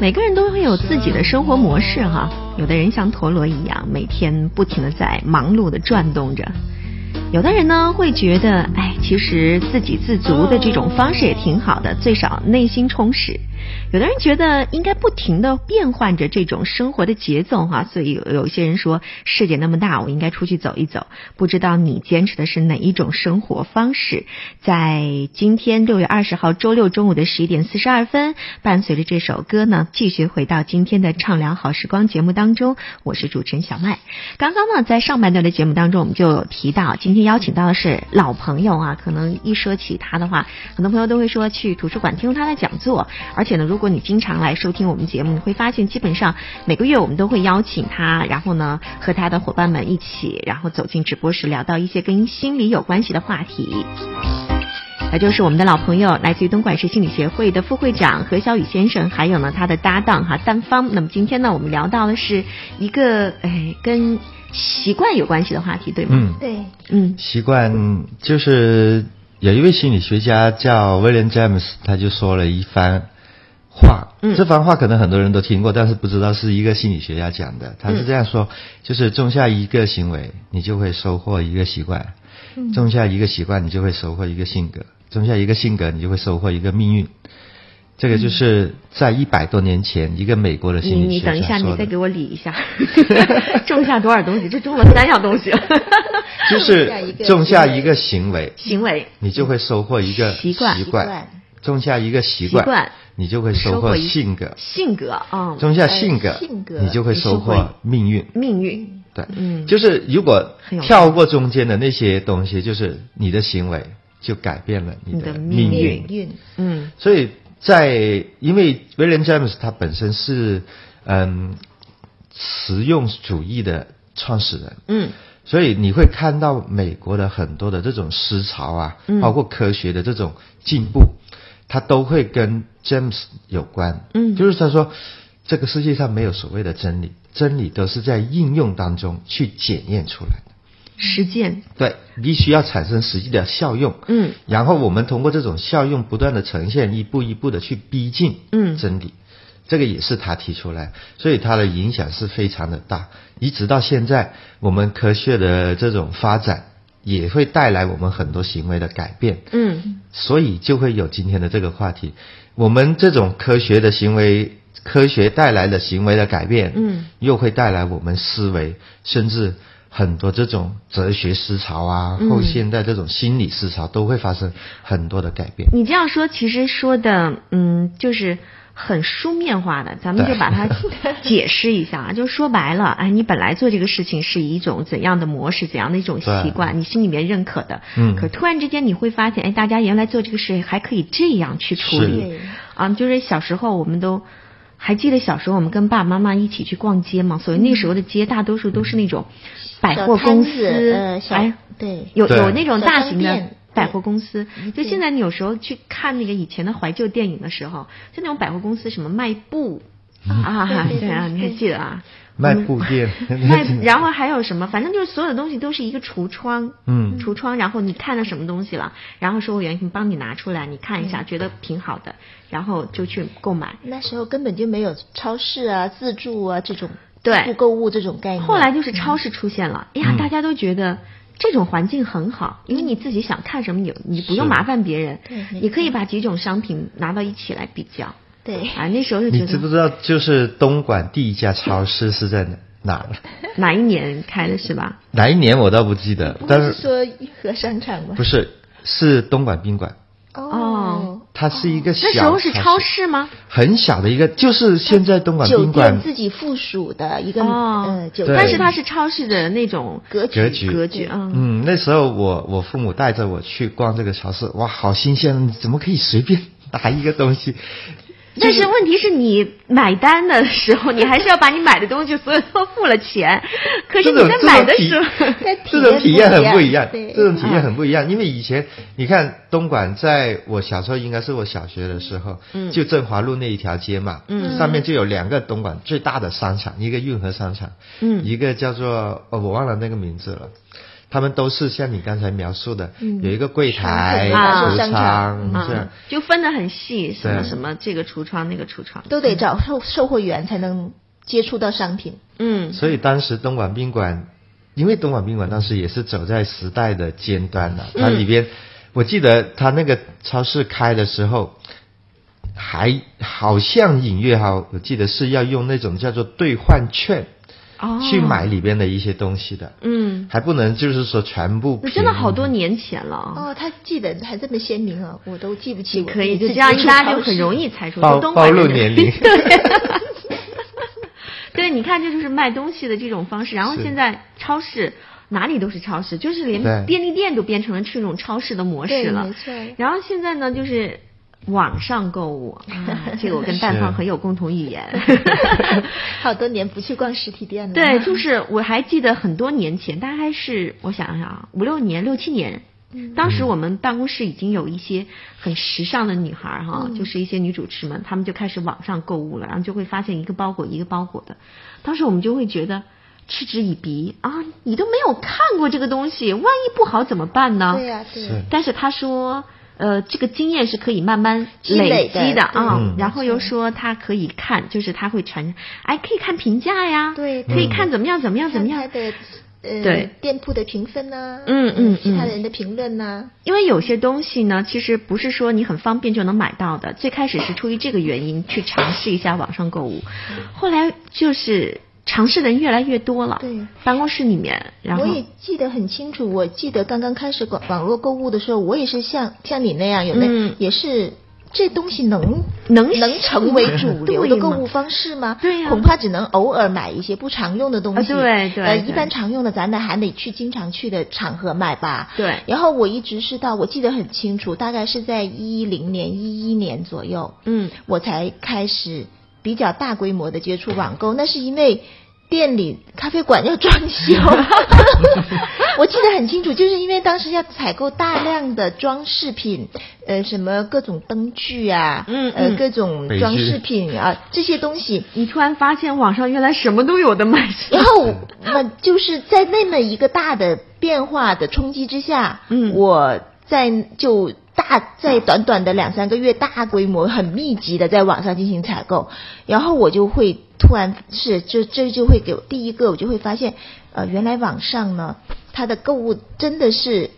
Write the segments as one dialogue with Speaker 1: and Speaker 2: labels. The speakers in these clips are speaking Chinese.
Speaker 1: 每个人都会有自己的生活模式哈，有的人像陀螺一样，每天不停的在忙碌的转动着；有的人呢会觉得，哎，其实自给自足的这种方式也挺好的，最少内心充实；有的人觉得应该不停的变换着这种生活的节奏哈，所以有有一些人说，世界那么大，我应该出去走一走。不知道你坚持的是哪一种生活方式？在今天六月二十号周六中午的十一点四十二分，伴随着这首歌呢，继续回到今天的畅聊好时光节目当中，我是主持人小麦。刚刚呢，在上半段的节目当中，我们就有提到，今天邀请到的是老朋友啊，可能一说起他的话，很多朋友都会说去图书馆听他的讲座，而且呢，如果你经常来收听我们节目，你会发现基本上每个月我们都会邀请他，然后呢，和他的伙伴们一起，然后走进直播室，聊到一些跟心理有关系的话题。那就是我们的老朋友，来自于东莞市心理协会的副会长何小雨先生，还有呢他的搭档哈单芳。那么今天呢，我们聊到的是一个哎跟习惯有关系的话题，对吗？
Speaker 2: 嗯，
Speaker 3: 对，
Speaker 1: 嗯
Speaker 2: 习惯就是有一位心理学家叫威廉詹姆斯，他就说了一番话，
Speaker 1: 嗯
Speaker 2: 这番话可能很多人都听过，但是不知道是一个心理学家讲的。他是这
Speaker 1: 嗯
Speaker 2: 样说，就是种下一个行为，你就会收获一个习惯；
Speaker 1: 嗯
Speaker 2: 种下一个习惯，你就会收获一个性格；种下一个性格，你就会收获一个命运。这个就是在一百多年前，一个美国的
Speaker 1: 你
Speaker 2: 心理
Speaker 1: 你
Speaker 2: 学家
Speaker 1: 等一下，
Speaker 2: 说
Speaker 1: 你
Speaker 2: 的
Speaker 1: 再给我理一下， 种下多少东西？这种了三样东西，
Speaker 2: 就是种下一个行为，
Speaker 1: 行为
Speaker 2: 你就会收获一个
Speaker 1: 习惯
Speaker 2: 习
Speaker 3: 习
Speaker 2: 惯
Speaker 3: 惯，
Speaker 2: 种下一个习
Speaker 1: 习惯
Speaker 2: 惯，你就会收获
Speaker 1: 获一
Speaker 2: 性格，
Speaker 1: 性格啊、嗯，
Speaker 2: 种下性格
Speaker 3: 呃，性格
Speaker 2: 你就会收
Speaker 3: 你是
Speaker 2: 获命运。
Speaker 1: 命运
Speaker 2: 对，
Speaker 1: 嗯
Speaker 2: 就是如果
Speaker 1: 很有
Speaker 2: 跳过中间的那些东西，就是你的行为就改变了你
Speaker 1: 你的
Speaker 2: 的
Speaker 1: 命
Speaker 2: 命运
Speaker 3: 命。运，
Speaker 1: 嗯
Speaker 2: 所以在因为威廉詹姆斯他本身是嗯实用主义的创始人，
Speaker 1: 嗯
Speaker 2: 所以你会看到美国的很多的这种思潮啊，
Speaker 1: 嗯
Speaker 2: 包括科学的这种进步，它都会跟 James 有关。
Speaker 1: 嗯
Speaker 2: 就是他说，这个世界上没有所谓的真理，真理都是在应用当中去检验出来的。
Speaker 1: 实践
Speaker 2: 对，必须要产生实际的效用。
Speaker 1: 嗯
Speaker 2: 然后我们通过这种效用不断的呈现，一步一步的去逼近
Speaker 1: 嗯
Speaker 2: 真理，这个也是他提出来，所以他的影响是非常的大，一直到现在，我们科学的这种发展也会带来我们很多行为的改变，
Speaker 1: 嗯
Speaker 2: 所以就会有今天的这个话题，我们这种科学的行为。科学带来的行为的改变，
Speaker 1: 嗯，
Speaker 2: 又会带来我们思维，甚至很多这种哲学思潮啊，
Speaker 1: 嗯
Speaker 2: 后现代这种心理思潮都会发生很多的改变。
Speaker 1: 你这样说，其实说的，嗯，就是很书面化 的，咱们就
Speaker 2: 对
Speaker 1: 把它解释一下啊，就说白了，哎，你本来做这个事情是以一种怎样的模式，怎样的一种习惯，你心里面认可的，
Speaker 2: 嗯
Speaker 1: 可突然之间你会发现，哎，大家原来做这个事还可以这样去处理
Speaker 3: 是，
Speaker 1: 啊，就是小时候我们都。还记得小时候我们跟爸爸妈妈一起去逛街吗？所以那个时候的街大多数都是那种百货公
Speaker 3: 嗯小摊
Speaker 1: 司，
Speaker 3: 子呃小
Speaker 1: 哎，
Speaker 3: 对
Speaker 1: 有有
Speaker 2: 对
Speaker 1: 那种
Speaker 3: 小
Speaker 1: 大
Speaker 3: 商
Speaker 1: 型的
Speaker 3: 店
Speaker 1: 百
Speaker 3: 对
Speaker 1: 货公司。就
Speaker 3: 嗯对
Speaker 1: 现在你有时候去看那个以前的怀旧电影的时候，就那种百货公司什么卖布啊，
Speaker 3: 嗯对对
Speaker 1: 对啊，
Speaker 3: 对
Speaker 1: 你还记得啊？
Speaker 2: 卖布店，
Speaker 1: 卖，然后还有什么？反正就是所有的东西都是一个橱窗，
Speaker 2: 嗯
Speaker 1: 橱窗，然后你看了什么东西了，然后售货员你帮你拿出来，你看一
Speaker 3: 嗯
Speaker 1: 下，觉得挺好的，然后就去购买。
Speaker 3: 那时候根本就没有超市啊、自助啊这种
Speaker 1: 对
Speaker 3: 自助购物这种概念。
Speaker 1: 后来就是超市出现了，哎
Speaker 3: 嗯
Speaker 1: 呀，大家都觉得这种环境很好，因为你自己想看什么，你你不用
Speaker 2: 是
Speaker 1: 麻烦别人
Speaker 3: 对，没
Speaker 1: 你可以把几种商品拿到一起来比较。
Speaker 3: 对
Speaker 1: 啊，那时候就觉
Speaker 2: 你知不
Speaker 1: 得
Speaker 2: 知道就是东莞第一家超市是在哪哪 儿？
Speaker 1: 哎哪一年开的是吧？
Speaker 2: 哪一年我倒不记得
Speaker 3: 不，会
Speaker 2: 但
Speaker 3: 是
Speaker 2: 是
Speaker 3: 说玉和商场吗？
Speaker 2: 不是是东莞宾馆，
Speaker 1: 哦
Speaker 3: 哦，
Speaker 2: 它是一个小
Speaker 1: 那时候是超
Speaker 2: 超，
Speaker 1: 市吗？
Speaker 2: 很小的一个，就是现在东莞
Speaker 3: 酒
Speaker 2: 宾
Speaker 3: 店
Speaker 2: 馆
Speaker 3: 自己附属的一个
Speaker 1: 哦
Speaker 3: 呃，酒店，
Speaker 2: 对
Speaker 1: 但是它是超市的那种
Speaker 3: 格
Speaker 2: 格
Speaker 3: 局
Speaker 2: 局
Speaker 1: 格局，嗯，
Speaker 2: 嗯，那时候我我父母带着我去逛这个超市，哇，好新鲜！你怎么可以随便拿一个东西？
Speaker 1: 但是问题是你买单的时候，你还是要把你买的东西所有都付了 钱，可是
Speaker 2: 这
Speaker 1: 你
Speaker 2: 种
Speaker 1: 在
Speaker 2: 这
Speaker 1: 买
Speaker 2: 种
Speaker 1: 的
Speaker 2: 体
Speaker 1: 时 候，
Speaker 3: 但
Speaker 2: 这种体验很不一样，
Speaker 3: 对
Speaker 2: 这种体验
Speaker 1: 嗯
Speaker 2: 很不一样。因为以前你看东莞，在我小时候，应该是我小学的时候，
Speaker 1: 嗯
Speaker 2: 就振华路那一条街嘛，
Speaker 1: 嗯
Speaker 2: 上面就有两个东莞最大的商场，一个运河商场，
Speaker 1: 嗯
Speaker 2: 一个叫做哦我忘了那个名字了。他们都是像你刚才描述的，
Speaker 3: 嗯
Speaker 2: 有一个柜台、
Speaker 1: 商场
Speaker 2: 橱
Speaker 3: 啊商
Speaker 2: 窗
Speaker 3: 场
Speaker 1: 啊
Speaker 2: 这样。
Speaker 1: 就分得很细，什么
Speaker 2: 对
Speaker 1: 什么这个橱窗那个橱窗，
Speaker 3: 都得找售售货员才能接触到商品。
Speaker 1: 嗯，
Speaker 2: 所以当时东莞宾馆，因为东莞宾馆当时也是走在时代的尖端了、
Speaker 1: 嗯
Speaker 2: 它里边，我记得它那个超市开的时候，还好像隐约哈，我记得是要用那种叫做兑换券、
Speaker 1: 哦，
Speaker 2: 去买，里边的一些东西的，
Speaker 1: 嗯，
Speaker 2: 还不能就是说全部
Speaker 1: 那
Speaker 2: 凭。
Speaker 1: 真的好多年前了，啊
Speaker 3: 哦，他记得还这么鲜明啊，我都记不起
Speaker 1: 你
Speaker 3: 我。
Speaker 1: 可以
Speaker 3: 自
Speaker 1: 就
Speaker 3: 己
Speaker 1: 这样，
Speaker 3: 接触
Speaker 1: 大家
Speaker 3: 超
Speaker 1: 就很
Speaker 3: 市
Speaker 1: 容易猜出
Speaker 2: 暴
Speaker 1: 就东莞人
Speaker 2: 暴露
Speaker 1: 的
Speaker 2: 年龄
Speaker 1: 对。对，你看，这就是卖东西的这种方式。然后
Speaker 2: 是
Speaker 1: 现在超市哪里都是超市，就是连
Speaker 2: 对
Speaker 1: 便利店都变成了这种超市的模式
Speaker 3: 对
Speaker 1: 了。
Speaker 3: 没错
Speaker 1: 然后现在呢，就是网上购物，啊、 这个我跟蛋芳
Speaker 2: 是
Speaker 1: 很有共同语 言。
Speaker 3: 好多年不去逛实体店了。
Speaker 1: 对，就是我还记得很多年前，大概是我想想啊，五六年、六七年。
Speaker 3: 嗯
Speaker 1: 当时我们办公室已经有一些很时尚的女孩儿哈，
Speaker 3: 嗯
Speaker 1: 就是一些女主持们，她们就开始网上购物了，然后就会发现一个包裹一个包裹的。当时我们就会觉得嗤之以鼻啊，你都没有看过这个东西，万一不好怎么办呢？
Speaker 3: 对呀、对呀、
Speaker 2: 是
Speaker 1: 但是他说，呃，这个经验是可以慢慢
Speaker 3: 积累的
Speaker 1: 积的啊、
Speaker 2: 嗯
Speaker 1: 然后又说他可以看，就是他会传，哎，可以看评价呀，
Speaker 3: 对
Speaker 1: 可以看怎么样怎么样怎么
Speaker 3: 啊嗯看
Speaker 1: 样。
Speaker 3: 他的呃
Speaker 1: 对
Speaker 3: 店铺的评分呐、
Speaker 1: 嗯嗯
Speaker 3: 其他
Speaker 1: 嗯
Speaker 3: 人的评论呐、
Speaker 1: 因为有些东西呢，其实不是说你很方便就能买到的。最开始是出于这个原因去尝试一下网上购物，后来就是尝试的人越来越多了。
Speaker 3: 对，
Speaker 1: 办公室里面，然后
Speaker 3: 我也记得很清楚，我记得刚刚开始网网络购物的时候，我也是像像你那样，有那、
Speaker 1: 嗯
Speaker 3: 也是这东西能
Speaker 1: 能
Speaker 3: 能成为主流的
Speaker 1: 对
Speaker 3: 购
Speaker 1: 嘛
Speaker 3: 物方式吗？
Speaker 1: 对呀
Speaker 3: 恐怕只能偶尔买一些不常用的东西。
Speaker 1: 啊对对
Speaker 3: 呃，
Speaker 1: 对
Speaker 3: 一般常用的，咱们还得去经常去的场合买吧。
Speaker 1: 对
Speaker 3: 然后我一直是到，我记得很清楚，大概是在一零年、一一年左右，
Speaker 1: 嗯
Speaker 3: 我才开始比较大规模的接触网购。那是因为店里咖啡馆要装 修，我记得很清楚，就是因为当时要采购大量的装饰品，呃，什么各种灯具啊，
Speaker 1: 嗯
Speaker 3: 呃，
Speaker 1: 嗯
Speaker 3: 各种
Speaker 2: 美
Speaker 3: 装
Speaker 2: 剧
Speaker 3: 饰品啊这些东西。
Speaker 1: 你突然发现网上原来什么都有的 卖场。
Speaker 3: 然后，那就是在那么一个大的变化的冲击之下，
Speaker 1: 嗯
Speaker 3: 我在就大在短短的两三个月，大规模、很密集的在网上进行采购，然后我就会突然是就这就会给我第一个我就会发现，呃，原来网上呢，它的购物真的是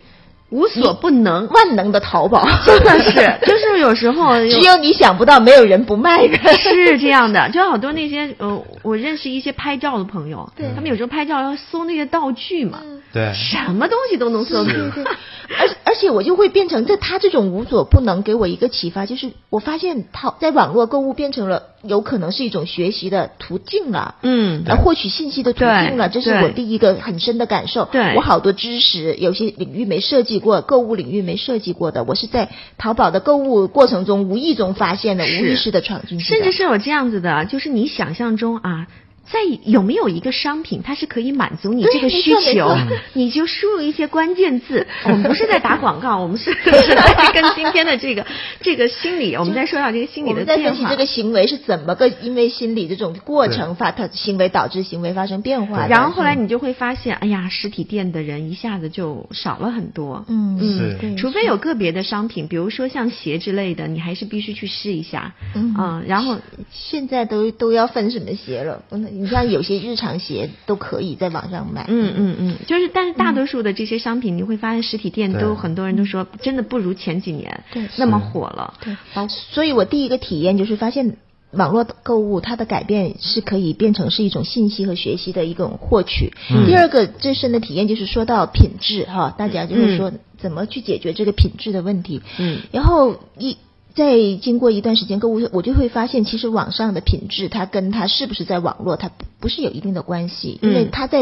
Speaker 1: 无所不能，
Speaker 3: 万能的淘宝，哎
Speaker 1: 真的 是，就是有时候有
Speaker 3: 只有你想不到，没有人不 卖的。
Speaker 1: 是这样的，就好多那些呃，我认识一些拍照的朋友，
Speaker 3: 对嗯
Speaker 1: 他们有时候拍照要搜那些道具嘛，
Speaker 2: 对，
Speaker 1: 什么东西都能搜。
Speaker 3: 对对对， 而而且我就会变成，这他这种无所不能给我一个启发，就是我发现淘在网络购物变成了有可能是一种学习的途径了。
Speaker 1: 嗯，
Speaker 3: 呃，获取信息的途径了，
Speaker 1: 对
Speaker 3: 这是我
Speaker 1: 对
Speaker 3: 第一个很深的感受。
Speaker 1: 对
Speaker 3: 我好多知识，有些领域没涉及过，购物领域没涉及过的，我是在淘宝的购物过程中无意中发现的，无
Speaker 1: 是
Speaker 3: 意识的闯进去嗯的。
Speaker 1: 甚至是有这样子的，就是你想象中啊。在有没有一个商品，它是可以满足你
Speaker 3: 对
Speaker 1: 这个
Speaker 3: 没
Speaker 1: 需
Speaker 3: 错嗯没
Speaker 1: 求
Speaker 3: 错？
Speaker 1: 你就输入一些关键 字。我们不是在打广告，我们是是在跟今天的 这个这个心理，我们在说到这个心理
Speaker 3: 我
Speaker 1: 的
Speaker 3: 们在
Speaker 1: 变
Speaker 3: 分析
Speaker 1: 化
Speaker 3: 这。个行为是怎么个因为心理这种过程发，它行为导致行为发生变化的。
Speaker 1: 然后后来你就会发现，哎呀，实体店的人一下子就少了很多。
Speaker 3: 嗯
Speaker 2: 是
Speaker 3: 对
Speaker 1: 除非有个别的商品，比如说像鞋之类的，你还是必须去试一下。
Speaker 3: 嗯
Speaker 1: 然后
Speaker 3: 现在都都要分什么鞋了？嗯你像有些日常鞋都可以在网上买。
Speaker 1: 嗯嗯嗯，就是但是大多数的这些商品，你会发现实体店
Speaker 2: 对
Speaker 1: 都很多人都说，真的不如前几年
Speaker 3: 对
Speaker 1: 那么火了。
Speaker 3: 对
Speaker 1: 包括
Speaker 3: 所以我第一个体验就是发现。网络购物它的改变是可以变成是一种信息和学习的一种获取。
Speaker 2: 嗯
Speaker 3: 第二个最深的体验就是说到品质哈，大家就是说怎么去解决这个品质的问题。
Speaker 1: 嗯
Speaker 3: 然后一在经过一段时间购物，我就会发现，其实网上的品质，它跟它是不是在网络，它不不是有一定的关系，
Speaker 1: 嗯
Speaker 3: 因为它在。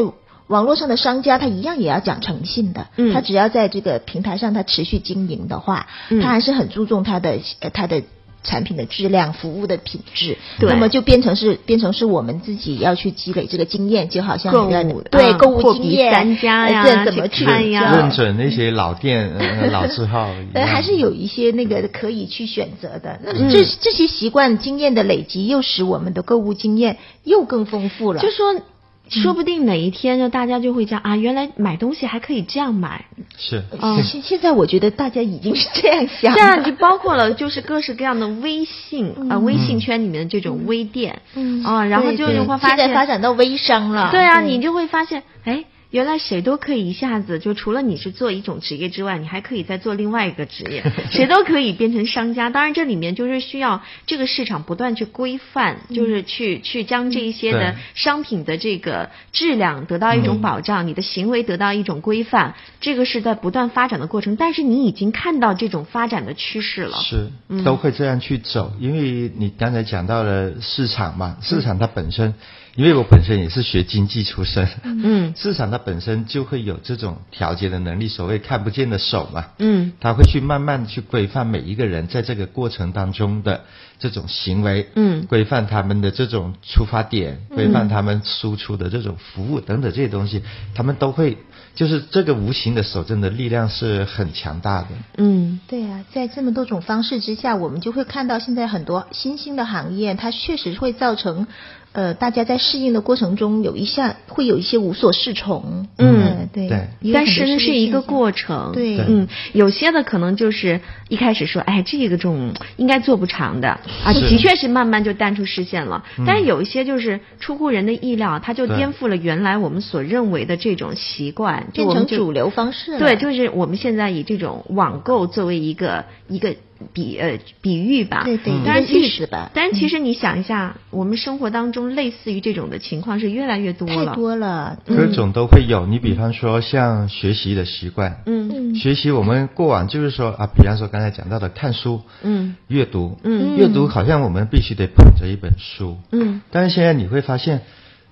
Speaker 3: 网络上的商家，他一样也要讲诚信的。
Speaker 1: 嗯
Speaker 3: 他只要在这个平台上，他持续经营的话，
Speaker 1: 嗯
Speaker 3: 他还是很注重他的呃他的产品的质量、服务的品质。
Speaker 1: 对
Speaker 3: 那么就变成是变成是我们自己要去积累这个经验，就好像
Speaker 1: 购
Speaker 3: 你的
Speaker 1: 物
Speaker 3: 对、
Speaker 1: 啊
Speaker 3: 购物
Speaker 1: 货
Speaker 3: 经
Speaker 1: 比
Speaker 3: 验、
Speaker 1: 三家
Speaker 3: 呃
Speaker 1: 呀
Speaker 3: 这怎
Speaker 1: 去
Speaker 3: 么去
Speaker 1: 看
Speaker 3: 比
Speaker 1: 呀哎
Speaker 3: 较
Speaker 2: 认准那些老店、呃、老字号
Speaker 1: 嗯
Speaker 2: 一样。
Speaker 3: 呃，还是有一些那个可以去选择的。那么这、这啊些习惯经验的累积，又使我们的购物经验又更丰富了。
Speaker 1: 就说说不定哪一天就大家就会讲啊，原来买东西还可以这样买，
Speaker 2: 是，
Speaker 1: 嗯
Speaker 3: 现现在我觉得大家已经是这样想了，
Speaker 1: 这样就包括了就是各式各样的微信啊、呃微信圈里面的这种微店，
Speaker 3: 嗯
Speaker 1: 啊，然后
Speaker 3: 对
Speaker 1: 就
Speaker 2: 对
Speaker 1: 你会发
Speaker 3: 现在
Speaker 1: 现，
Speaker 3: 发展到微商了，
Speaker 1: 对啊，你就会发现，哎，原来谁都可以一下子就除了你是做一种职业之外，你还可以再做另外一个职业，谁都可以变成商家。当然，这里面就是需要这个市场不断去规范，就是去去将这一些的
Speaker 2: 对
Speaker 1: 商品的这个质量得到一种保障，你的行为得到一种规范，这个是在不断发展的过程。但是你已经看到这种发展的趋势了，
Speaker 2: 是
Speaker 1: 嗯，
Speaker 2: 都会这样去走，因为你刚才讲到了市场
Speaker 1: 嗯
Speaker 2: 嘛，市场它本身，因为我本身也是学经济出身，
Speaker 1: 嗯
Speaker 2: 市场它本身就会有这种调节的能力，所谓看不见的手嘛，
Speaker 1: 嗯
Speaker 2: 它会去慢慢地去规范每一个人在这个过程当中的这种行为，
Speaker 1: 嗯
Speaker 2: 规范他们的这种出发点，规范他们输出的这种服务等等这些东西，他们都会，就是这个无形的手真的力量是很强大的，
Speaker 1: 嗯，
Speaker 3: 对啊，在这么多种方式之下，我们就会看到现在很多新兴的行业，它确实会造成，呃，大家在适应的过程中有一下会有一些无所适从。
Speaker 1: 嗯
Speaker 3: 呃对
Speaker 2: 对
Speaker 3: 也有
Speaker 1: 但
Speaker 3: 可
Speaker 1: 是
Speaker 3: 能
Speaker 1: 呢是
Speaker 3: 个
Speaker 1: 一个
Speaker 3: 现象
Speaker 1: 过程，
Speaker 3: 对对
Speaker 1: 嗯，有些的可能就是一开始说，哎，这个种应该做不长的啊，
Speaker 2: 是
Speaker 1: 的确是慢慢就淡出视线了。
Speaker 3: 嗯
Speaker 1: 但是有一些就是出乎人的意料，它就
Speaker 2: 对
Speaker 1: 颠覆了原来我们所认为的这种习惯，就
Speaker 3: 变
Speaker 1: 我们
Speaker 3: 成
Speaker 1: 就
Speaker 3: 主流方式了。
Speaker 1: 对，就是我们现在以这种网购作为一个一个比呃比喻吧，嗯
Speaker 3: 对对，
Speaker 1: 当然
Speaker 3: 一个
Speaker 1: 其
Speaker 3: 例
Speaker 1: 实
Speaker 3: 子吧，嗯
Speaker 1: 但是其实你想一下，我们生活当中类似于这种的情况是越来越多
Speaker 3: 太
Speaker 1: 了，
Speaker 3: 多了。
Speaker 1: 嗯
Speaker 2: 各种都会有。你比方说像学习的习惯，
Speaker 1: 嗯
Speaker 3: 嗯
Speaker 2: 学习我们过往就是说啊，比方说刚才讲到的看书、
Speaker 1: 嗯
Speaker 2: 阅读，
Speaker 1: 嗯
Speaker 2: 阅读好像我们必须得捧着一本书，
Speaker 1: 嗯
Speaker 2: 但是现在你会发现，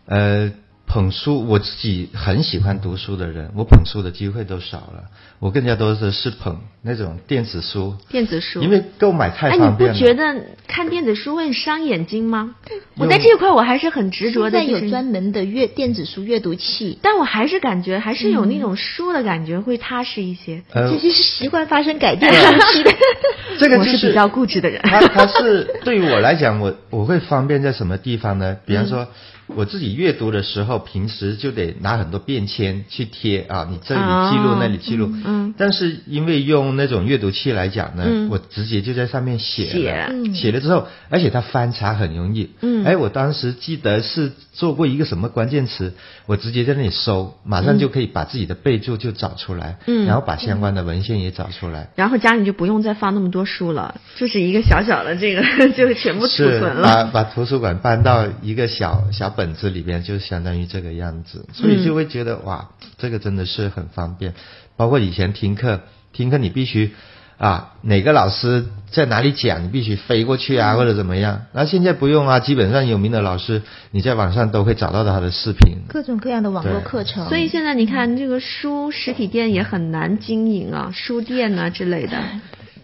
Speaker 2: 呃，捧书，我自己很喜欢读书的人，我捧书的机会都少了，我更加多的是捧那种电子书，
Speaker 1: 电子书，
Speaker 2: 因为购买太
Speaker 1: 哎，你
Speaker 2: 方便
Speaker 1: 不
Speaker 2: 了。
Speaker 1: 觉得看电子书会伤眼睛吗？我在
Speaker 2: 有
Speaker 1: 这一块我还是很执着
Speaker 3: 现
Speaker 1: 的，
Speaker 3: 在
Speaker 1: 就
Speaker 3: 有
Speaker 1: 是
Speaker 3: 专门的阅电子书阅读器，
Speaker 1: 但我还是感觉还是有那种书的感觉，会踏实一些。
Speaker 3: 这
Speaker 2: 呃，
Speaker 3: 些是习惯发生改变的 东西的。
Speaker 2: 这个
Speaker 1: 我
Speaker 2: 就是
Speaker 1: 比较固执的人
Speaker 2: 它它是对于我来讲，我我会方便在什么地方呢？比方
Speaker 1: 嗯
Speaker 2: 说，我自己阅读的时候，平时就得拿很多便签去贴啊，你这里记录，
Speaker 1: 哦
Speaker 2: 那里记录。
Speaker 1: 嗯
Speaker 2: 但是因为用那种阅读器来讲呢，
Speaker 1: 嗯
Speaker 2: 我直接就在上面写了，
Speaker 1: 写
Speaker 3: 嗯
Speaker 2: 写了之后，而且它翻查很容易。
Speaker 1: 嗯
Speaker 2: 哎，我当时记得是做过一个什么关键词，我直接在那里搜，马上就可以把自己的备注就找出来，
Speaker 1: 嗯
Speaker 2: 然后把相关的文献也找出来。
Speaker 1: 然后家里就不用再放那么多书了，就是一个小小的这个 就全部储
Speaker 2: 是啊
Speaker 1: 存
Speaker 2: 把
Speaker 1: 了。
Speaker 2: 把图书馆搬到一个小小本子里边，就相当于这个样子，所以
Speaker 3: 嗯
Speaker 2: 就会觉得、哇，这个真的是很方便。包括以前听课，听课你必须啊，哪个老师在哪里讲，你必须飞过去
Speaker 3: 嗯
Speaker 2: 啊，或者怎么样。那现在不用啊，基本上有名的老师，你在网上都会找到他的视频。
Speaker 3: 各种各样的网络
Speaker 2: 对
Speaker 3: 课程，
Speaker 1: 所以现在你看，这个书实体店也很难经营啊，书店啊之类的。
Speaker 3: 嗯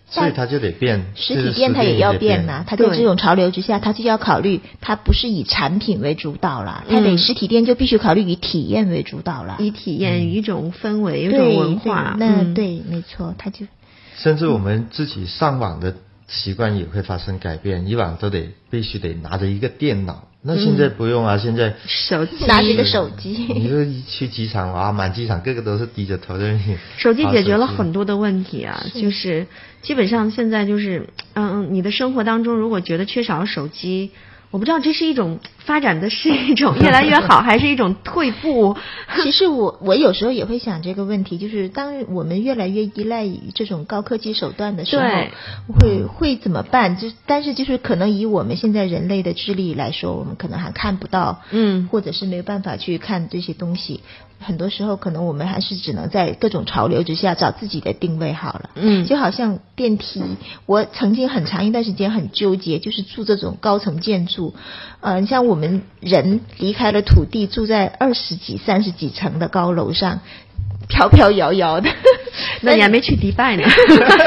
Speaker 2: 所以他就得变，
Speaker 3: 实
Speaker 2: 就是
Speaker 3: 体店它也要变呐、它在
Speaker 1: 对
Speaker 3: 这种潮流之下，它就要考虑，它不是以产品为主导了，它
Speaker 1: 嗯
Speaker 3: 得实体店就必须考虑以体验为主导了。
Speaker 1: 以体
Speaker 2: 嗯
Speaker 1: 验一种氛围，一
Speaker 3: 对
Speaker 1: 种文化，
Speaker 3: 对那
Speaker 1: 嗯
Speaker 3: 对，没错，它就
Speaker 2: 甚至我们自己上网的习惯也会发生改变，以往都得必须得拿着一个电脑，那现在不用
Speaker 1: 嗯
Speaker 2: 啊，现在
Speaker 1: 手机
Speaker 3: 拿着一个手机，
Speaker 2: 你说一去机场哇，满机场个个都是低着头在那里，
Speaker 1: 手机解决了
Speaker 2: 划手机
Speaker 1: 很多的问题啊，就是基本上现在就是，嗯，你的生活当中如果觉得缺少了手机，我不知道这是一种发展的是一 种越来越好，还是一种退步？
Speaker 3: 其实我我有时候也会想这个问题，就是当我们越来越依赖于这种高科技手段的时候
Speaker 1: 对，
Speaker 3: 会会怎么办？就但是就是可能以我们现在人类的智力来说，我们可能还看不到，
Speaker 1: 嗯
Speaker 3: 或者是没有办法去看这些东西。很多时候，可能我们还是只能在各种潮流之下找自己的定位好了。
Speaker 1: 嗯
Speaker 3: 就好像电梯，我曾经很长一段时间很纠结，就是住这种高层建筑。呃，你像我们人离开了土地，住在二十几、三十几层的高楼上，飘飘摇摇的。
Speaker 1: 那你还没去迪拜呢，
Speaker 3: 对，但是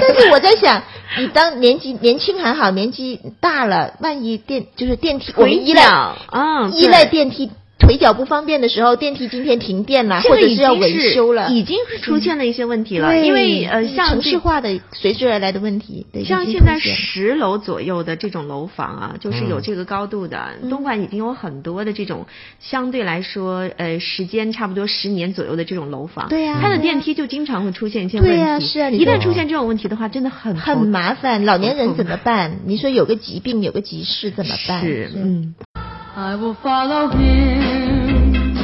Speaker 3: 但是我在想，你当年纪年轻还 好，年纪大了，万一电就是电梯，我
Speaker 1: 回
Speaker 3: 们依赖
Speaker 1: 脚啊，
Speaker 3: 依
Speaker 1: 对
Speaker 3: 赖电梯腿脚不方便的时候，电梯今天停电了，
Speaker 1: 这
Speaker 3: 或
Speaker 1: 个
Speaker 3: 者
Speaker 1: 已
Speaker 3: 是
Speaker 1: 经
Speaker 3: 要维修了，
Speaker 1: 已经是出现了一些问题了，
Speaker 3: 对
Speaker 1: 因为呃，像
Speaker 3: 城
Speaker 1: 这
Speaker 3: 市化的随之而来的问题，对
Speaker 1: 像
Speaker 3: 已经
Speaker 1: 现在
Speaker 3: 出现
Speaker 1: 十楼左右的这种楼房啊，就是有这个高度的，
Speaker 3: 嗯
Speaker 1: 东莞已经有很多的这种相对来说，呃，时间差不多十年左右的这种楼房，
Speaker 3: 对呀
Speaker 1: 它的
Speaker 3: 对呀
Speaker 1: 电梯就经常会出现一些问题。
Speaker 3: 对呀是啊你
Speaker 1: 一旦
Speaker 3: 说
Speaker 1: 出现这种问题的话，真的很头
Speaker 3: 很麻烦，老年人怎么
Speaker 1: 头
Speaker 3: 办？你说有个疾病，有个急事怎么办？
Speaker 1: 是，嗯，
Speaker 4: I will follow him,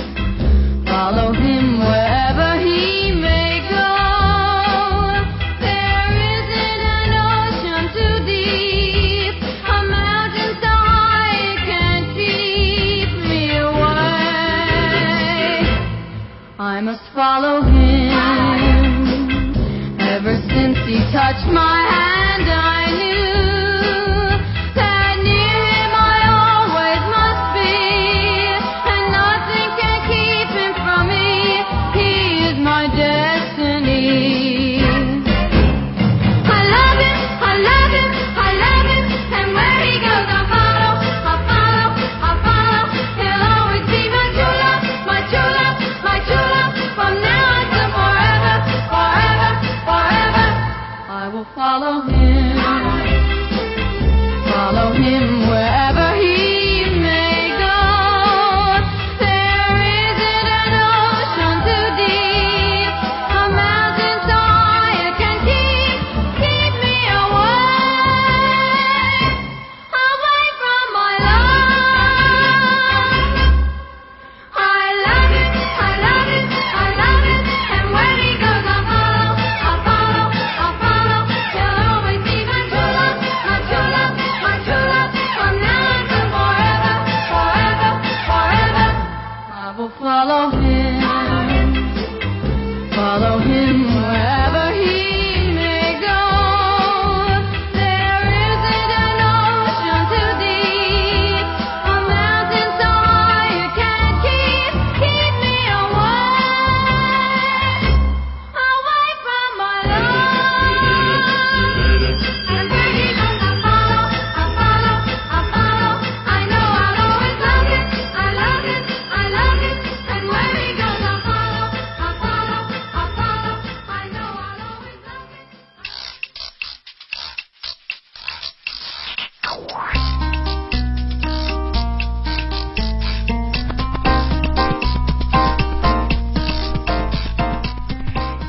Speaker 4: follow him wherever he may go. There isn't an ocean too deep, a mountain so high it can't keep me away. I must follow him. Ever since he touched my hand, I knew that near him I always must be, and nothing can keep him from me. He is my destiny. I love him, I love him, I love him, and where he goes I follow, I follow, I follow. He'll always be my true love, my true love, my true love. From now on to forever, forever, forever. I will follow him, follow him wherever he may go. There isn't an ocean too deep, a mountain so high it can keep keep me away, away from my love. I love it, I love it, I love it, and where he goes I follow, I follow, I follow. He'll always be my true love, my true love, my true love. From now on to forever, forever, forever. I will follow him. Follow him wherever he may go. There isn't an ocean too deep, a mountain so high it can't keep keep me away, away from my love. And where he goes, I follow, I follow, I follow. I know I'll always love him. I love him, I love him. And where he goes, I follow, I follow, I follow. I know I'll always love him.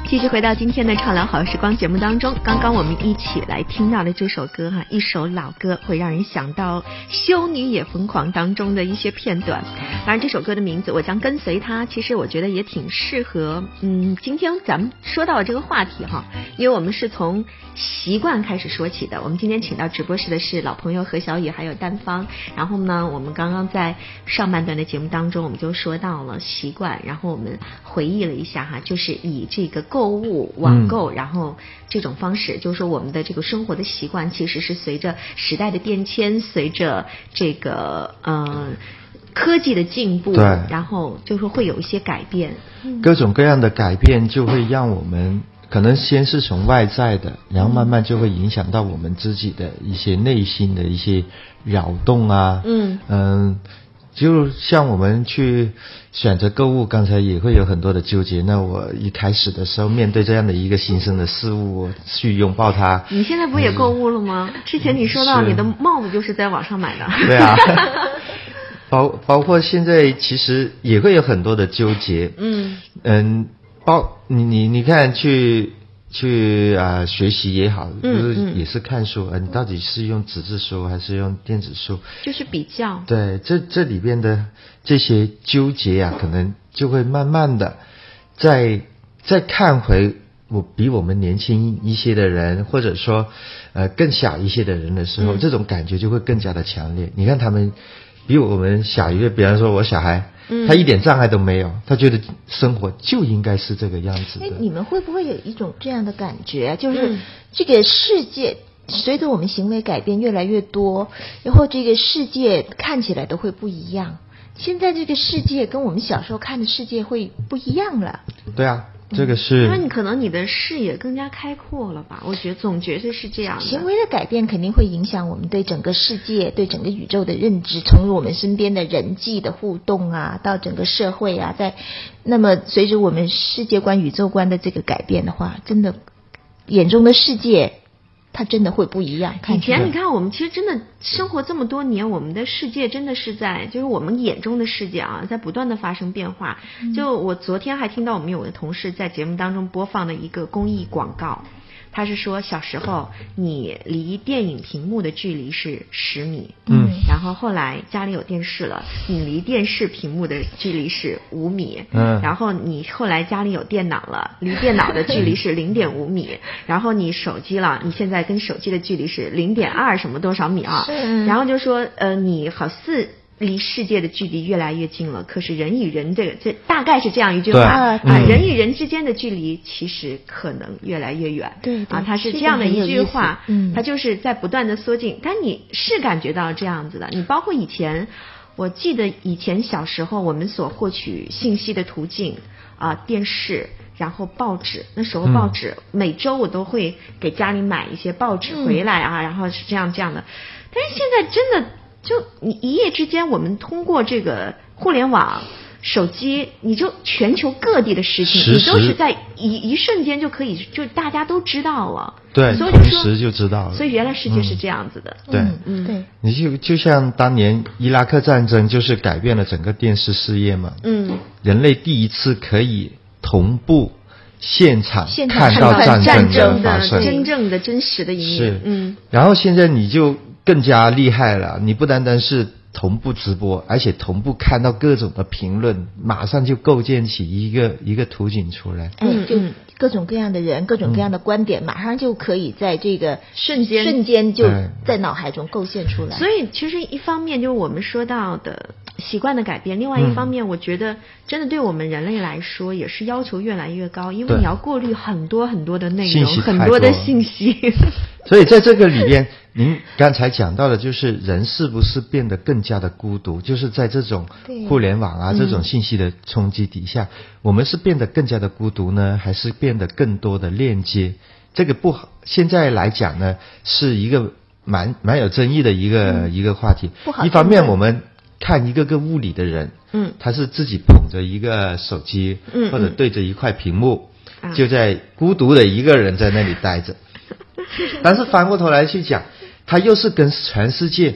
Speaker 1: 继续回到今天的《畅聊好时光》节目当中，刚刚我们一起来听到的这首歌哈、一首老歌，会让人想到《修女也疯狂》当中的一些片段。当然，这首歌的名字我将跟随它，其实我觉得也挺适合。嗯，今天咱们说到了这个话题哈，因为我们是从习惯开始说起的。我们今天请到直播室的是老朋友何小雨，还有丹芳。然后呢，我们刚刚在上半段的节目当中，我们就说到了习惯，然后我们回忆了一下哈，就是以这个购物、网购，然后这种方式，就是说我们的这个生活的习惯，其实是随着时代的变迁，随着这个嗯、呃科技的进步，
Speaker 2: 对
Speaker 1: 然后就是说会有一些改变。
Speaker 2: 各种各样的改变就会让我们可能先是从外在的，然后慢慢就会影响到我们自己的一些内心的一些扰动啊，
Speaker 1: 嗯
Speaker 2: 嗯，就像我们去选择购物，刚才也会有很多的纠结。那我一开始的时候面对这样的一个新生的事物，我去拥抱它，
Speaker 1: 你现在不也购物了吗？之前你说到
Speaker 2: 是
Speaker 1: 你的帽子就是在网上买的，
Speaker 2: 对啊，包包括现在其实也会有很多的纠结，
Speaker 1: 嗯
Speaker 2: 嗯，包你你你看去去啊、学习也好，就
Speaker 1: 嗯
Speaker 2: 是
Speaker 1: 嗯
Speaker 2: 也是看书，呃，你到底是用纸质书还是用电子书？
Speaker 1: 就是比较。
Speaker 2: 对，这这里边的这些纠结啊，可能就会慢慢的再再看回我比我们年轻一些的人，或者说呃更小一些的人的时候，
Speaker 1: 嗯
Speaker 2: 这种感觉就会更加的强烈。你看他们比我们小一个，比方说我小孩，
Speaker 1: 嗯
Speaker 2: 他一点障碍都没有，他觉得生活就应该是这个样子
Speaker 3: 哎
Speaker 2: 的，。
Speaker 3: 你们会不会有一种这样的感觉啊，就是
Speaker 1: 嗯
Speaker 3: 这个世界随着我们行为改变越来越多，然后这个世界看起来都会不一样。现在这个世界跟我们小时候看的世界会不一样了，
Speaker 2: 对啊，这个是
Speaker 1: 嗯那你可能你的视野更加开阔了吧？我觉得总觉得是这样的。
Speaker 3: 行为的改变肯定会影响我们对整个世界、对整个宇宙的认知，从我们身边的人际的互动啊，到整个社会啊，在那么随着我们世界观、宇宙观的这个改变的话，真的眼中的世界，它真的会不一样。看
Speaker 1: 以
Speaker 3: 起来
Speaker 1: 前你看，我们其实真的生活这么多年，我们的世界真的是在，就是我们眼中的世界啊，在不断的发生变化。就我昨天还听到我们有的同事在节目当中播放的一个公益广告，他是说小时候你离电影屏幕的距离是十米，
Speaker 2: 嗯
Speaker 1: 然后后来家里有电视了，你离电视屏幕的距离是五米，
Speaker 2: 嗯
Speaker 1: 然后你后来家里有电脑了，离电脑的距离是零点五米，然后你手机了，你现在跟手机的距离是零点二什么多少米啊？
Speaker 3: 是
Speaker 1: 然后就说呃，你好似。离世界的距离越来越近了，可是人与人这个这大概是这样一句话
Speaker 2: 对
Speaker 1: 啊、
Speaker 2: 嗯
Speaker 1: 人与人之间的距离其实可能越来越远。
Speaker 3: 对对
Speaker 1: 啊，它是
Speaker 3: 这
Speaker 1: 这
Speaker 3: 个
Speaker 1: 样的
Speaker 3: 很有
Speaker 1: 一句
Speaker 3: 意思
Speaker 1: 话，
Speaker 3: 嗯
Speaker 1: 它就是在不断的缩进，但你是感觉到这样子的。你包括以前，我记得以前小时候我们所获取信息的途径啊、电视。然后报纸，那
Speaker 2: 嗯
Speaker 1: 时候报纸、每周我都会给家里买一些报纸回来
Speaker 2: 嗯
Speaker 1: 啊，然后是这样这样的。但是现在真的就你一夜之间，我们通过这个互联网、手机，你就全球各地的事情，
Speaker 2: 实时
Speaker 1: 你都是在一一瞬间就可以，就大家都知道了。
Speaker 2: 对
Speaker 1: 所以就
Speaker 2: 同
Speaker 1: 说
Speaker 2: 时就知道了
Speaker 1: 所以原来世界是这样子的。
Speaker 2: 对。
Speaker 3: 嗯对，
Speaker 2: 你就就像当年伊拉克战争，就是改变了整个电视事业嘛。
Speaker 1: 嗯，
Speaker 2: 人类第一次可以同步现场
Speaker 3: 现场
Speaker 2: 看到
Speaker 3: 看到
Speaker 2: 战
Speaker 3: 战
Speaker 2: 的
Speaker 3: 争
Speaker 2: 发
Speaker 1: 的
Speaker 2: 生，
Speaker 1: 真正的真实的一面
Speaker 2: 是，，
Speaker 1: 嗯，。
Speaker 2: 然后现在你就更加厉害了，你不单单是同步直播，而且同步看到各种的评论，马上就构建起一个一个图景出来。
Speaker 3: 哎，就
Speaker 1: 嗯
Speaker 3: 各种各样的人，各种各样的观点，马上就可以在这个
Speaker 1: 瞬间
Speaker 3: 瞬间就
Speaker 2: 对
Speaker 3: 在脑海中构建出来。
Speaker 1: 所以其实一方面就是我们说到的习惯的改变，另外
Speaker 2: 嗯
Speaker 1: 一方面，我觉得真的对我们人类来说也是要求越来越高，因为
Speaker 2: 对
Speaker 1: 你要过滤很多很多的内
Speaker 2: 信
Speaker 1: 容，
Speaker 2: 息太
Speaker 1: 很多的
Speaker 2: 多了
Speaker 1: 信息。
Speaker 2: 所以在这个里边，您刚才讲到的，就是人是不是变得更加的孤独？就是在这种
Speaker 3: 对
Speaker 2: 互联网啊、这种信息的冲击底下，我们是变得更加的孤独呢，还是变得更多的链接？这个不好，现在来讲呢，是一个蛮蛮有争议的一个、
Speaker 1: 嗯
Speaker 2: 一个话题。
Speaker 3: 不好
Speaker 2: 一方面我们看一个个物理的人，
Speaker 1: 嗯
Speaker 2: 他是自己捧着一个手机，
Speaker 1: 嗯
Speaker 2: 或者
Speaker 1: 嗯
Speaker 2: 对着一块屏幕，
Speaker 1: 啊
Speaker 2: 就在孤独的一个人在那里待着。但是翻过头来去讲，它又是跟全世界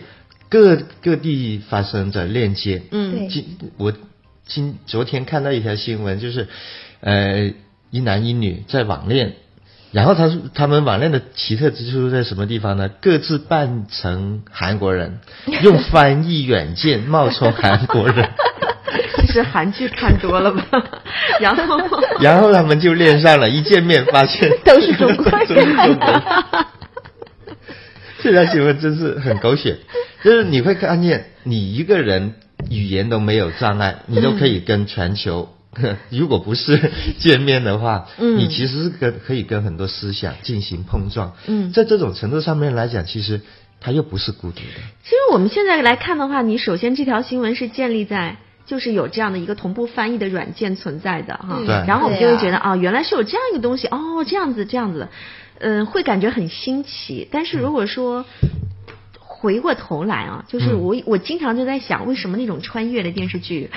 Speaker 2: 各各地发生着链接。
Speaker 1: 嗯
Speaker 3: 对
Speaker 2: 今我今昨天看到一条新闻，就是呃一男一女在网恋，然后他他们网恋的奇特之处在什么地方呢？各自扮成韩国人，用翻译软件冒充韩国人，
Speaker 1: 就是韩剧看多了吧， 然后。
Speaker 2: 然后他们就恋上了，一见面发现
Speaker 3: 都是中国人
Speaker 2: 都是中国人。这条新闻真是很狗血，就是你会看见你一个人语言都没有障碍，你都可以跟全球。 如果不是见面的话，
Speaker 1: 嗯
Speaker 2: 你其实是跟可以跟很多思想进行碰撞，
Speaker 1: 嗯
Speaker 2: 在这种程度上面来讲，其实他又不是孤独的，
Speaker 1: 其实我们现在来看的话，你首先这条新闻是建立在。就是有这样的一个同步翻译的软件存在的哈
Speaker 3: 嗯，
Speaker 2: 对
Speaker 1: 然后我们就会觉
Speaker 3: 对
Speaker 1: 得啊、原来是有这样一个东西，哦，这样子这样子的，嗯、会感觉很新奇。但
Speaker 2: 嗯
Speaker 1: 是如果说回过头来啊，就是
Speaker 2: 嗯
Speaker 1: 我、我经常就在想，为什么那种穿越的电视 剧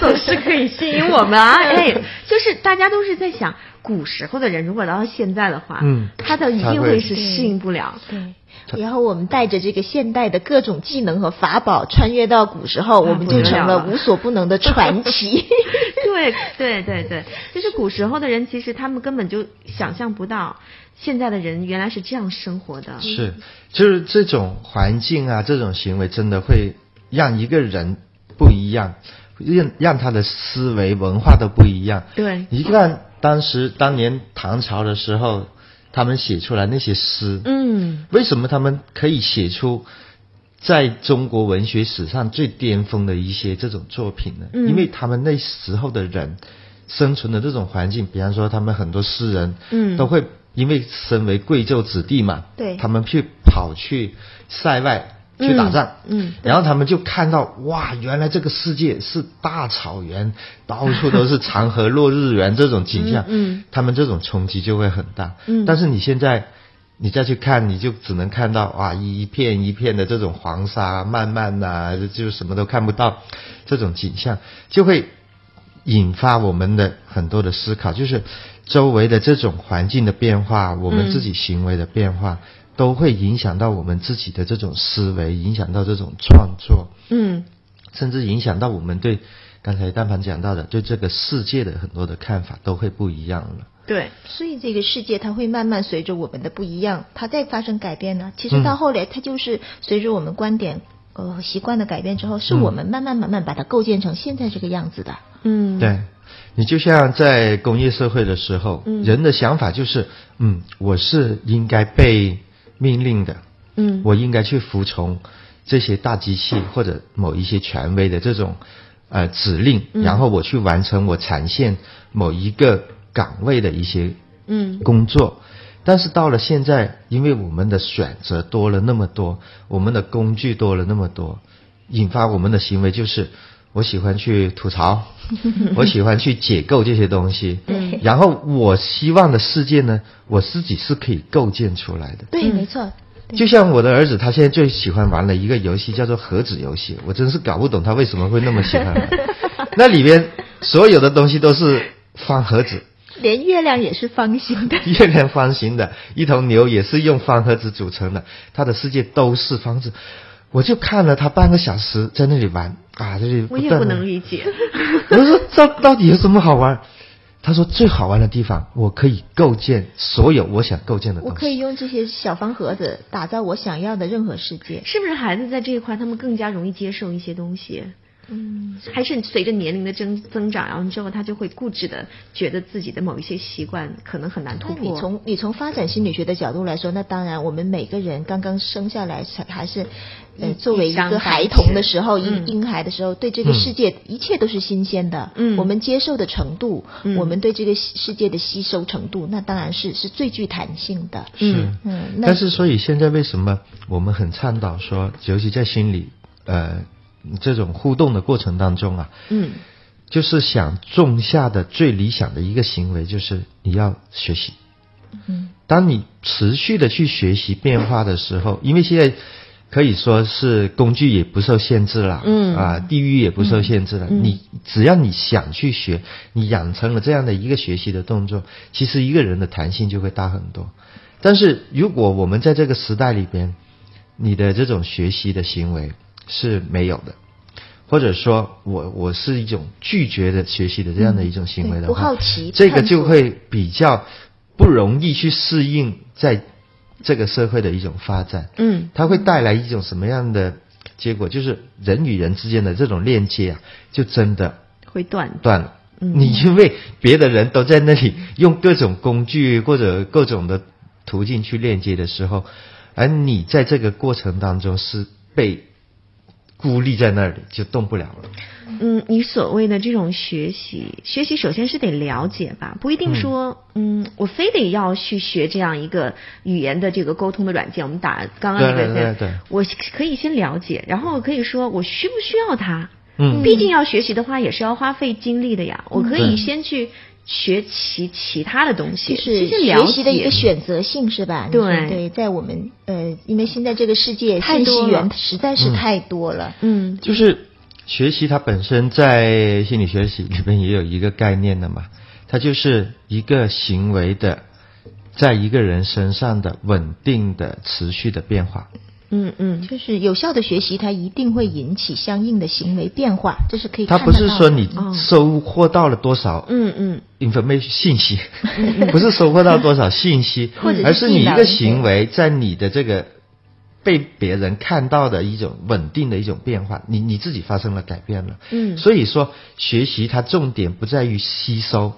Speaker 1: 总是可以吸引我们啊？哎，就是大家都是在想，古时候的人如果到现在的话，
Speaker 2: 嗯
Speaker 1: 他的一
Speaker 2: 才
Speaker 1: 定
Speaker 2: 会
Speaker 1: 会是适应不了。
Speaker 3: 对，然后我们带着这个现代的各种技能和法宝，穿越到古时候，
Speaker 1: 啊
Speaker 3: 我们就成
Speaker 1: 不得了
Speaker 3: 了
Speaker 1: 了
Speaker 3: 无所不能 的传奇。
Speaker 1: 对对对对，就是古时候的人，其实他们根本就想象不到现在的人原来是这样生活的。
Speaker 3: 嗯
Speaker 2: 是，就是这种环境啊，这种行为真的会让一个人不一样，让让他的思维文化都不一样，
Speaker 1: 对，
Speaker 2: 你看当时当年唐朝的时候，他们写出来那些诗，
Speaker 1: 嗯，
Speaker 2: 为什么他们可以写出在中国文学史上最巅峰的一些这种作品呢？
Speaker 1: 嗯
Speaker 2: 因为他们那时候的人生存的这种环境，比方说他们很多诗人，
Speaker 1: 嗯
Speaker 2: 都会因为身为贵胄子弟嘛，
Speaker 3: 对
Speaker 2: 他们去跑去塞外。去打仗，
Speaker 3: 嗯嗯对
Speaker 2: 然后他们就看到哇，原来这个世界是大草原，到处都是长河落日圆这种景象，
Speaker 3: 嗯嗯
Speaker 2: 他们这种冲击就会很大，
Speaker 3: 嗯
Speaker 2: 但是你现在。你再去看，你就只能看到哇，一片一片的这种黄沙，漫漫呐、就什么都看不到，这种景象就会引发我们的很多的思考，就是周围的这种环境的变化，我们自己行为的变化，都会影响到我们自己的这种思维，影响到这种创作，
Speaker 3: 嗯
Speaker 2: 甚至影响到我们对刚才但凡讲到的对这个世界的很多的看法都会不一样了。
Speaker 1: 对，
Speaker 3: 所以这个世界它会慢慢随着我们的不一样，它在发生改变呢。其实到后来，它就是随着我们观点、呃习惯的改变之后，是我们慢慢慢慢把它构建成现在这个样子的。
Speaker 1: 嗯，
Speaker 2: 对，你就像在工业社会的时候，
Speaker 3: 嗯
Speaker 2: 人的想法就是，嗯，我是应该被命令的，
Speaker 3: 嗯
Speaker 2: 我应该去服从这些大机器或者某一些权威的这种呃指令，
Speaker 3: 嗯
Speaker 2: 然后我去完成我产线某一个岗位的一些
Speaker 3: 嗯
Speaker 2: 工作。但是到了现在，因为我们的选择多了那么多，我们的工具多了那么多，引发我们的行为就是，我喜欢去吐槽， 我喜欢去解构这些东西，
Speaker 3: 对
Speaker 2: 然后我希望的世界呢，我自己是可以构建出来的。
Speaker 3: 对，
Speaker 1: 嗯
Speaker 3: 没错。对
Speaker 2: 就像我的儿子，他现在最喜欢玩的一个游戏叫做盒子游戏，我真是搞不懂他为什么会那么喜欢 玩。那里边所有的东西都是方盒子，
Speaker 3: 连月亮也是方形的。
Speaker 2: 月亮方形的，一头牛也是用方盒子组成的，他的世界都是方子。我就看了他半个小时在那里玩啊，这里
Speaker 1: 我也
Speaker 2: 断
Speaker 1: 不
Speaker 2: 地
Speaker 1: 能理解。
Speaker 2: 我就说这到底有什么好玩？他说最好玩的地方，我可以构建所有我想构建的 东
Speaker 3: 我
Speaker 2: 西。
Speaker 3: 可以用这些小方盒子打造我想要的任何世界。
Speaker 1: 是不是孩子在这一块，他们更加容易接受一些东西？
Speaker 3: 嗯，
Speaker 1: 还是随着年龄的增增长，然后之后他就会固执的觉得自己的某一些习惯可能很难突
Speaker 3: 那你
Speaker 1: 破。嗯
Speaker 3: 从你从发展心理学的角度来说，那当然，我们每个人刚刚生下来才还是，呃，
Speaker 1: 一
Speaker 3: 作为一
Speaker 1: 一张
Speaker 3: 个
Speaker 1: 白
Speaker 3: 孩童的时候，
Speaker 1: 纸
Speaker 3: 婴
Speaker 1: 嗯
Speaker 3: 婴孩的时候，对这个世界一切都是新鲜的。
Speaker 1: 嗯
Speaker 3: 我们接受的程度，
Speaker 1: 嗯
Speaker 3: 我们对这个世世界的吸收程度，那当然是是最具弹性的。
Speaker 2: 是
Speaker 1: 嗯，
Speaker 3: 嗯那
Speaker 2: 但是所以现在为什么我们很倡导说，尤其在心理呃这种互动的过程当中啊，
Speaker 1: 嗯
Speaker 2: 就是想种下的最理想的一个行为，就是你要学习。
Speaker 3: 嗯
Speaker 2: 当你持续的去学习变化的时候，因为现在可以说是工具也不受限制了，
Speaker 1: 嗯
Speaker 2: 啊，地域也不受限制了。
Speaker 3: 嗯嗯
Speaker 2: 你只要你想去学，你养成了这样的一个学习的动作，其实一个人的弹性就会大很多。但是如果我们在这个时代里边，你的这种学习的行为是没有的。或者说我我是一种拒绝的学习的这样的一种行为的话，
Speaker 3: 嗯对不好奇
Speaker 2: 这个
Speaker 3: 探索
Speaker 2: 就会比较不容易去适应在这个社会的一种发展。
Speaker 1: 嗯
Speaker 2: 它会带来一种什么样的结果？就是人与人之间的这种链接啊，就真的
Speaker 1: 会断。
Speaker 2: 断了。
Speaker 1: 嗯
Speaker 2: 你因为别的人都在那里用各种工具或者各种的途径去链接的时候，而你在这个过程当中是被孤立在那里，就动不了了。
Speaker 1: 嗯，你所谓的这种学习，学习首先是得了解吧，不一定说，嗯我非得要去学这样一个语言的这个沟通的软件。我们打刚刚那个，
Speaker 2: 对对对对
Speaker 1: 我可以先了解，然后我可以说我需不需要它。
Speaker 2: 嗯
Speaker 1: 毕竟要学习的话，也是要花费精力的呀。我可以
Speaker 2: 对
Speaker 1: 先去学其其他的东西，
Speaker 3: 就是
Speaker 1: 先了
Speaker 3: 学习的一
Speaker 1: 解
Speaker 3: 个选择性是吧？
Speaker 1: 对
Speaker 3: 你说对，在我们呃，因为现在这个世界
Speaker 1: 太
Speaker 3: 信
Speaker 1: 多
Speaker 3: 息
Speaker 1: 了
Speaker 3: 源实在是
Speaker 2: 嗯
Speaker 3: 太多了。
Speaker 1: 嗯
Speaker 2: 就是学习它本身在心理学习里面也有一个概念的嘛，它就是一个行为的，在一个人身上的稳定的、持续的变化。
Speaker 1: 嗯嗯，
Speaker 3: 就是有效的学习，它一定会引起相应的行为变化，这是可以
Speaker 2: 它
Speaker 3: 看得
Speaker 2: 不
Speaker 3: 到的。
Speaker 2: 是说你
Speaker 1: 哦
Speaker 2: 收获到了多少
Speaker 1: 嗯嗯
Speaker 2: information 信息，不是收获到多少信息
Speaker 3: 或者，是
Speaker 2: 而是你一
Speaker 3: 技
Speaker 2: 个
Speaker 3: 能
Speaker 2: 行为在你的这个。被别人看到的一种稳定的一种变化，你你自己发生了改变了，
Speaker 1: 嗯
Speaker 2: 所以说学习它重点不在于吸收，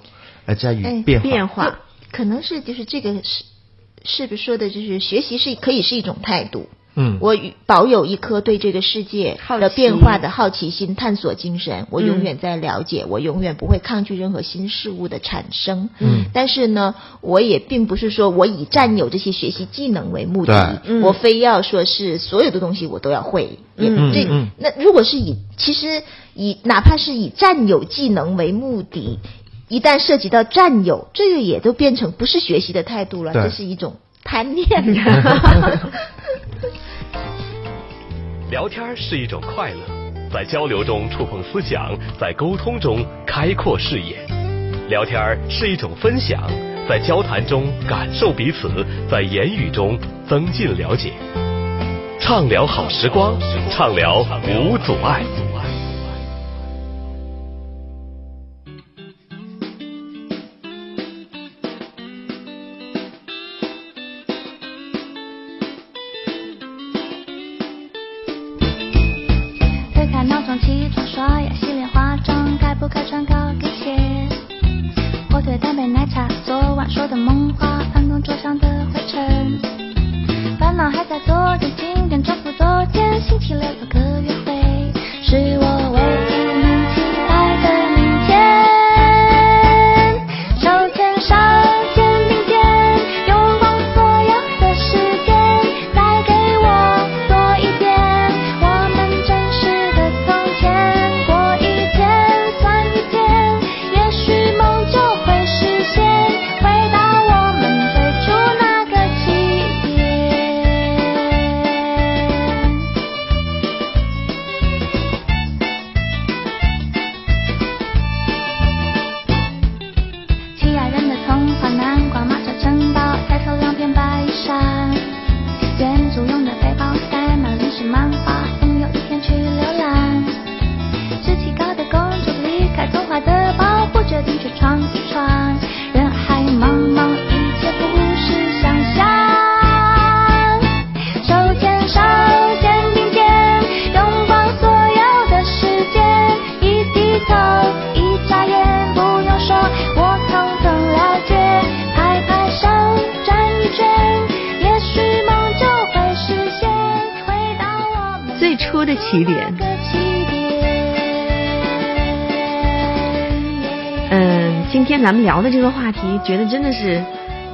Speaker 2: 而在于
Speaker 3: 哎
Speaker 2: 变化。
Speaker 1: 变
Speaker 3: 就
Speaker 1: 化，
Speaker 3: 可能是就是这个是是不是说的，就是学习是可以是一种态度，
Speaker 2: 嗯
Speaker 3: 我与保有一颗对这个世界
Speaker 1: 好
Speaker 3: 的
Speaker 1: 奇
Speaker 3: 变化的好奇心、探索精神，我永
Speaker 1: 嗯
Speaker 3: 远在了解，我永远不会抗拒任何新事物的产生。
Speaker 2: 嗯
Speaker 3: 但是呢，我也并不是说我以占有这些学习技能为目的，
Speaker 1: 对嗯
Speaker 3: 我非要说是所有的东西我都要会。也
Speaker 1: 嗯
Speaker 3: 这
Speaker 2: 嗯
Speaker 3: 那如果是以其实以哪怕是以占有技能为目的，一旦涉及到占有，这个也都变成不是学习的态度了，
Speaker 2: 对
Speaker 3: 这是一种贪啊念。
Speaker 5: 聊天儿是一种快乐，在交流中触碰思想，在沟通中开阔视野。聊天儿是一种分享，在交谈中感受彼此，在言语中增进了解。畅聊好时光，畅聊无阻碍。
Speaker 6: 推开闹钟，起床刷牙、洗脸、化妆，该不该穿高跟鞋？火腿蛋白奶茶，昨晚说的梦话，办公桌上的灰尘，烦恼还在昨天，今天重复昨天，星期六有个约会，是我为你们期待的明天。手牵手，肩并肩，拥抱所有的时间，再给我多一点，我们真实的从前。过一天算一天，也许梦就会实现，回到我们最初那个起点。七雅人的童话，南瓜、马车、城堡，抬头两片白衣衫，远足用的背包塞满零食、漫画，总有一天去浏览。志气高的公主离开童话的保护，决定去闯一闯。人海茫茫，一切不是想象。手牵手，肩并肩，拥抱所有的时间。一低头，一眨眼，不用说，我统统了解。拍拍手，转一圈，也许梦就会实现。回到我们。
Speaker 1: 最初的起点。嗯，今天咱们聊的这个话题，觉得真的是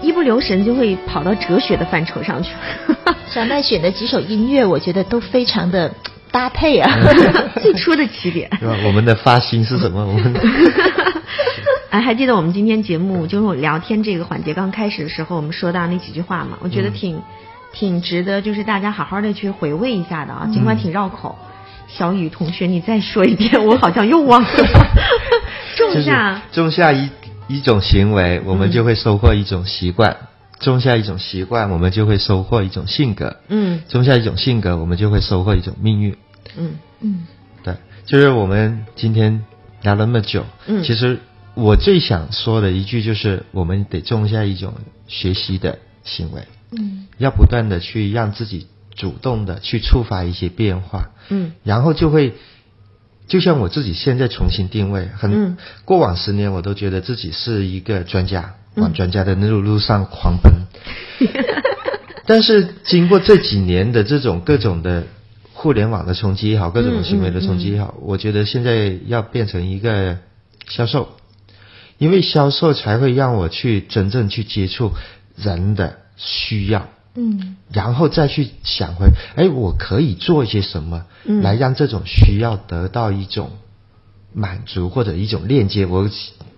Speaker 1: 一不留神就会跑到哲学的范畴上去了。
Speaker 3: 小麦选的几首音乐，我觉得都非常的搭配啊。
Speaker 1: 嗯最初的起点。
Speaker 2: 对吧？我们的发心是什么？我们
Speaker 1: 哎，还记得我们今天节目就是我聊天这个环节刚开始的时候，我们说到那几句话嘛，我觉得挺、挺值得，就是大家好好的去回味一下的啊，尽管挺绕口。小雨同学，你再说一遍，我好像又忘了。
Speaker 2: 就
Speaker 1: 种
Speaker 2: 是
Speaker 1: 下，
Speaker 2: 种下一一种行为，我们就会收获一种习惯；种下一种习惯，我们就会收获一种性格；
Speaker 1: 嗯
Speaker 2: 种下一种性格，我们就会收获一种命运。
Speaker 1: 嗯
Speaker 3: 嗯，
Speaker 2: 对，就是我们今天聊了那么久，
Speaker 1: 嗯
Speaker 2: 其实我最想说的一句就是，我们得种下一种学习的行为，
Speaker 3: 嗯，
Speaker 2: 要不断的去让自己主动的去触发一些变化，
Speaker 1: 嗯，
Speaker 2: 然后就会。就像我自己现在重新定位，很、
Speaker 1: 嗯
Speaker 2: 过往十年我都觉得自己是一个专家，往
Speaker 1: 嗯
Speaker 2: 专家的路路上狂奔，但是经过这几年的这种各种的互联网的冲击也好，各种行为的冲击也好，我觉得现在要变成一个销售，因为销售才会让我去真正去接触人的需要，
Speaker 3: 嗯，
Speaker 2: 然后再去想回，哎，我可以做一些什么
Speaker 1: 嗯
Speaker 2: 来让这种需要得到一种满足或者一种链接。我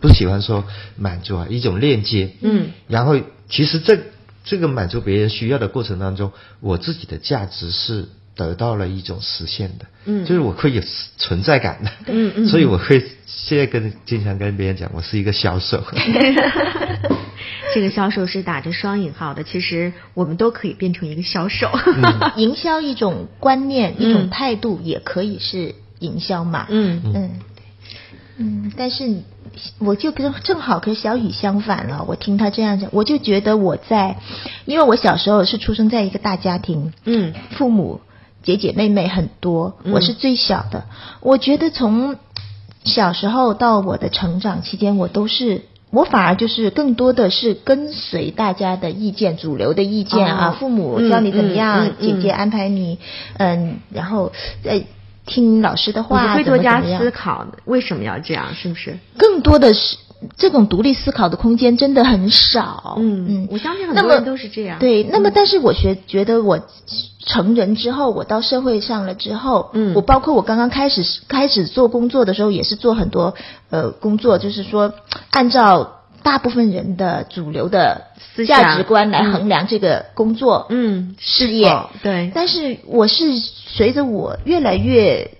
Speaker 2: 不喜欢说满足啊，一种链接。
Speaker 1: 嗯，
Speaker 2: 然后其实这这个满足别人需要的过程当中，我自己的价值是得到了一种实现的。
Speaker 1: 嗯
Speaker 2: 就是我会有存在感的。
Speaker 1: 嗯嗯
Speaker 2: 所以我会现在跟经常跟别人讲，我是一个销售。
Speaker 1: 这个销售是打着双引号的，其实我们都可以变成一个销 售。
Speaker 3: 营销一种观念、一种
Speaker 1: 嗯
Speaker 3: 态度，也可以是营销嘛。
Speaker 1: 嗯
Speaker 3: 嗯嗯，但是你我就跟正好跟小雨相反了。我听他这样讲，我就觉得我在，因为我小时候是出生在一个大家庭，
Speaker 1: 嗯
Speaker 3: 父母姐姐妹妹很多，
Speaker 1: 嗯
Speaker 3: 我是最小的。我觉得从小时候到我的成长期间，我都是我反而就是更多的是跟随大家的意见，主流的意见啊，
Speaker 1: 哦
Speaker 3: 父母
Speaker 1: 嗯
Speaker 3: 教你怎么
Speaker 1: 嗯
Speaker 3: 样，
Speaker 1: 嗯
Speaker 3: 姐
Speaker 1: 嗯
Speaker 3: 姐安排你，嗯，然后呃听老师的
Speaker 1: 我
Speaker 3: 话，
Speaker 1: 们会
Speaker 3: 怎
Speaker 1: 多
Speaker 3: 么怎
Speaker 1: 加
Speaker 3: 么样
Speaker 1: 思考，为什么要这样？是不是？
Speaker 3: 更多的是这种独立思考的空间真的很少。
Speaker 1: 嗯
Speaker 3: 嗯，
Speaker 1: 我相信很
Speaker 3: 那
Speaker 1: 多
Speaker 3: 么
Speaker 1: 人都是这样
Speaker 3: 对，那么
Speaker 1: 嗯
Speaker 3: 但是我觉觉得我成人之后，我到社会上了之后，
Speaker 1: 嗯
Speaker 3: 我包括我刚刚开始开始做工作的时候，也是做很多呃工作，就是说按照。大部分人的主流的
Speaker 1: 思想
Speaker 3: 价值观来衡量这个工作，
Speaker 1: 嗯
Speaker 3: 事业，
Speaker 1: 哦对
Speaker 3: 啊但是我是随着我越来越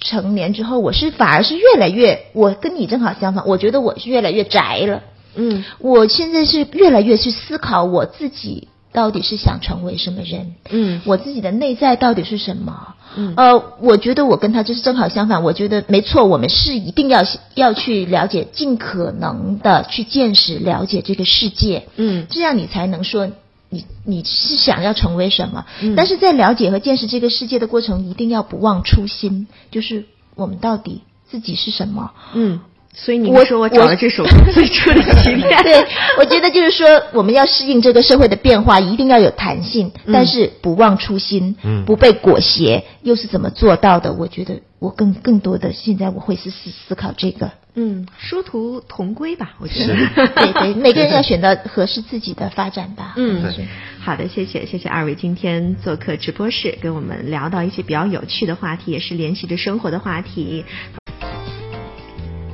Speaker 3: 成年之后，我是反而是越来越，我跟你正好相反，我觉得我是越来越宅了。
Speaker 1: 嗯，
Speaker 3: 我现在是越来越去思考我自己到底是想成为什么人，
Speaker 1: 嗯
Speaker 3: 我自己的内在到底是什么，
Speaker 1: 嗯
Speaker 3: 呃，我觉得我跟他就是正好相反，我觉得没错，我们是一定要要去了解，尽可能的去见识、了解这个世界，
Speaker 1: 嗯
Speaker 3: 这样你才能说。你你是想要成为什么？
Speaker 1: 嗯
Speaker 3: 但是在了解和见识这个世界的过程，一定要不忘初心，就是我们到底自己是什么？
Speaker 1: 嗯，所以你
Speaker 3: 我
Speaker 1: 说
Speaker 3: 我
Speaker 1: 我找了这首歌最初的起点，
Speaker 3: 对，我觉得就是说，我们要适应这个社会的变化，一定要有弹性，
Speaker 1: 嗯
Speaker 3: 但是不忘初心，
Speaker 2: 嗯
Speaker 3: 不被裹挟，又是怎么做到的？我觉得我更更多的现在我会是思思考这个。
Speaker 1: 嗯，殊途同归吧，我觉得。
Speaker 3: 对对，每个人要选择合适自己的发展吧。
Speaker 1: 嗯
Speaker 3: 我觉得
Speaker 1: 好的，谢谢谢谢二位今天做客直播室，跟我们聊到一些比较有趣的话题，也是联系着生活的话题。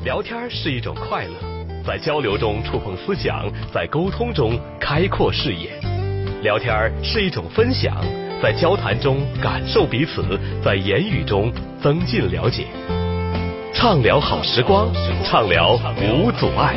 Speaker 5: 聊天是一种快乐，在交流中触碰思想，在沟通中开阔视野。聊天是一种分享，在交谈中感受彼此，在言语中增进了解。畅聊好时光，畅聊无阻碍。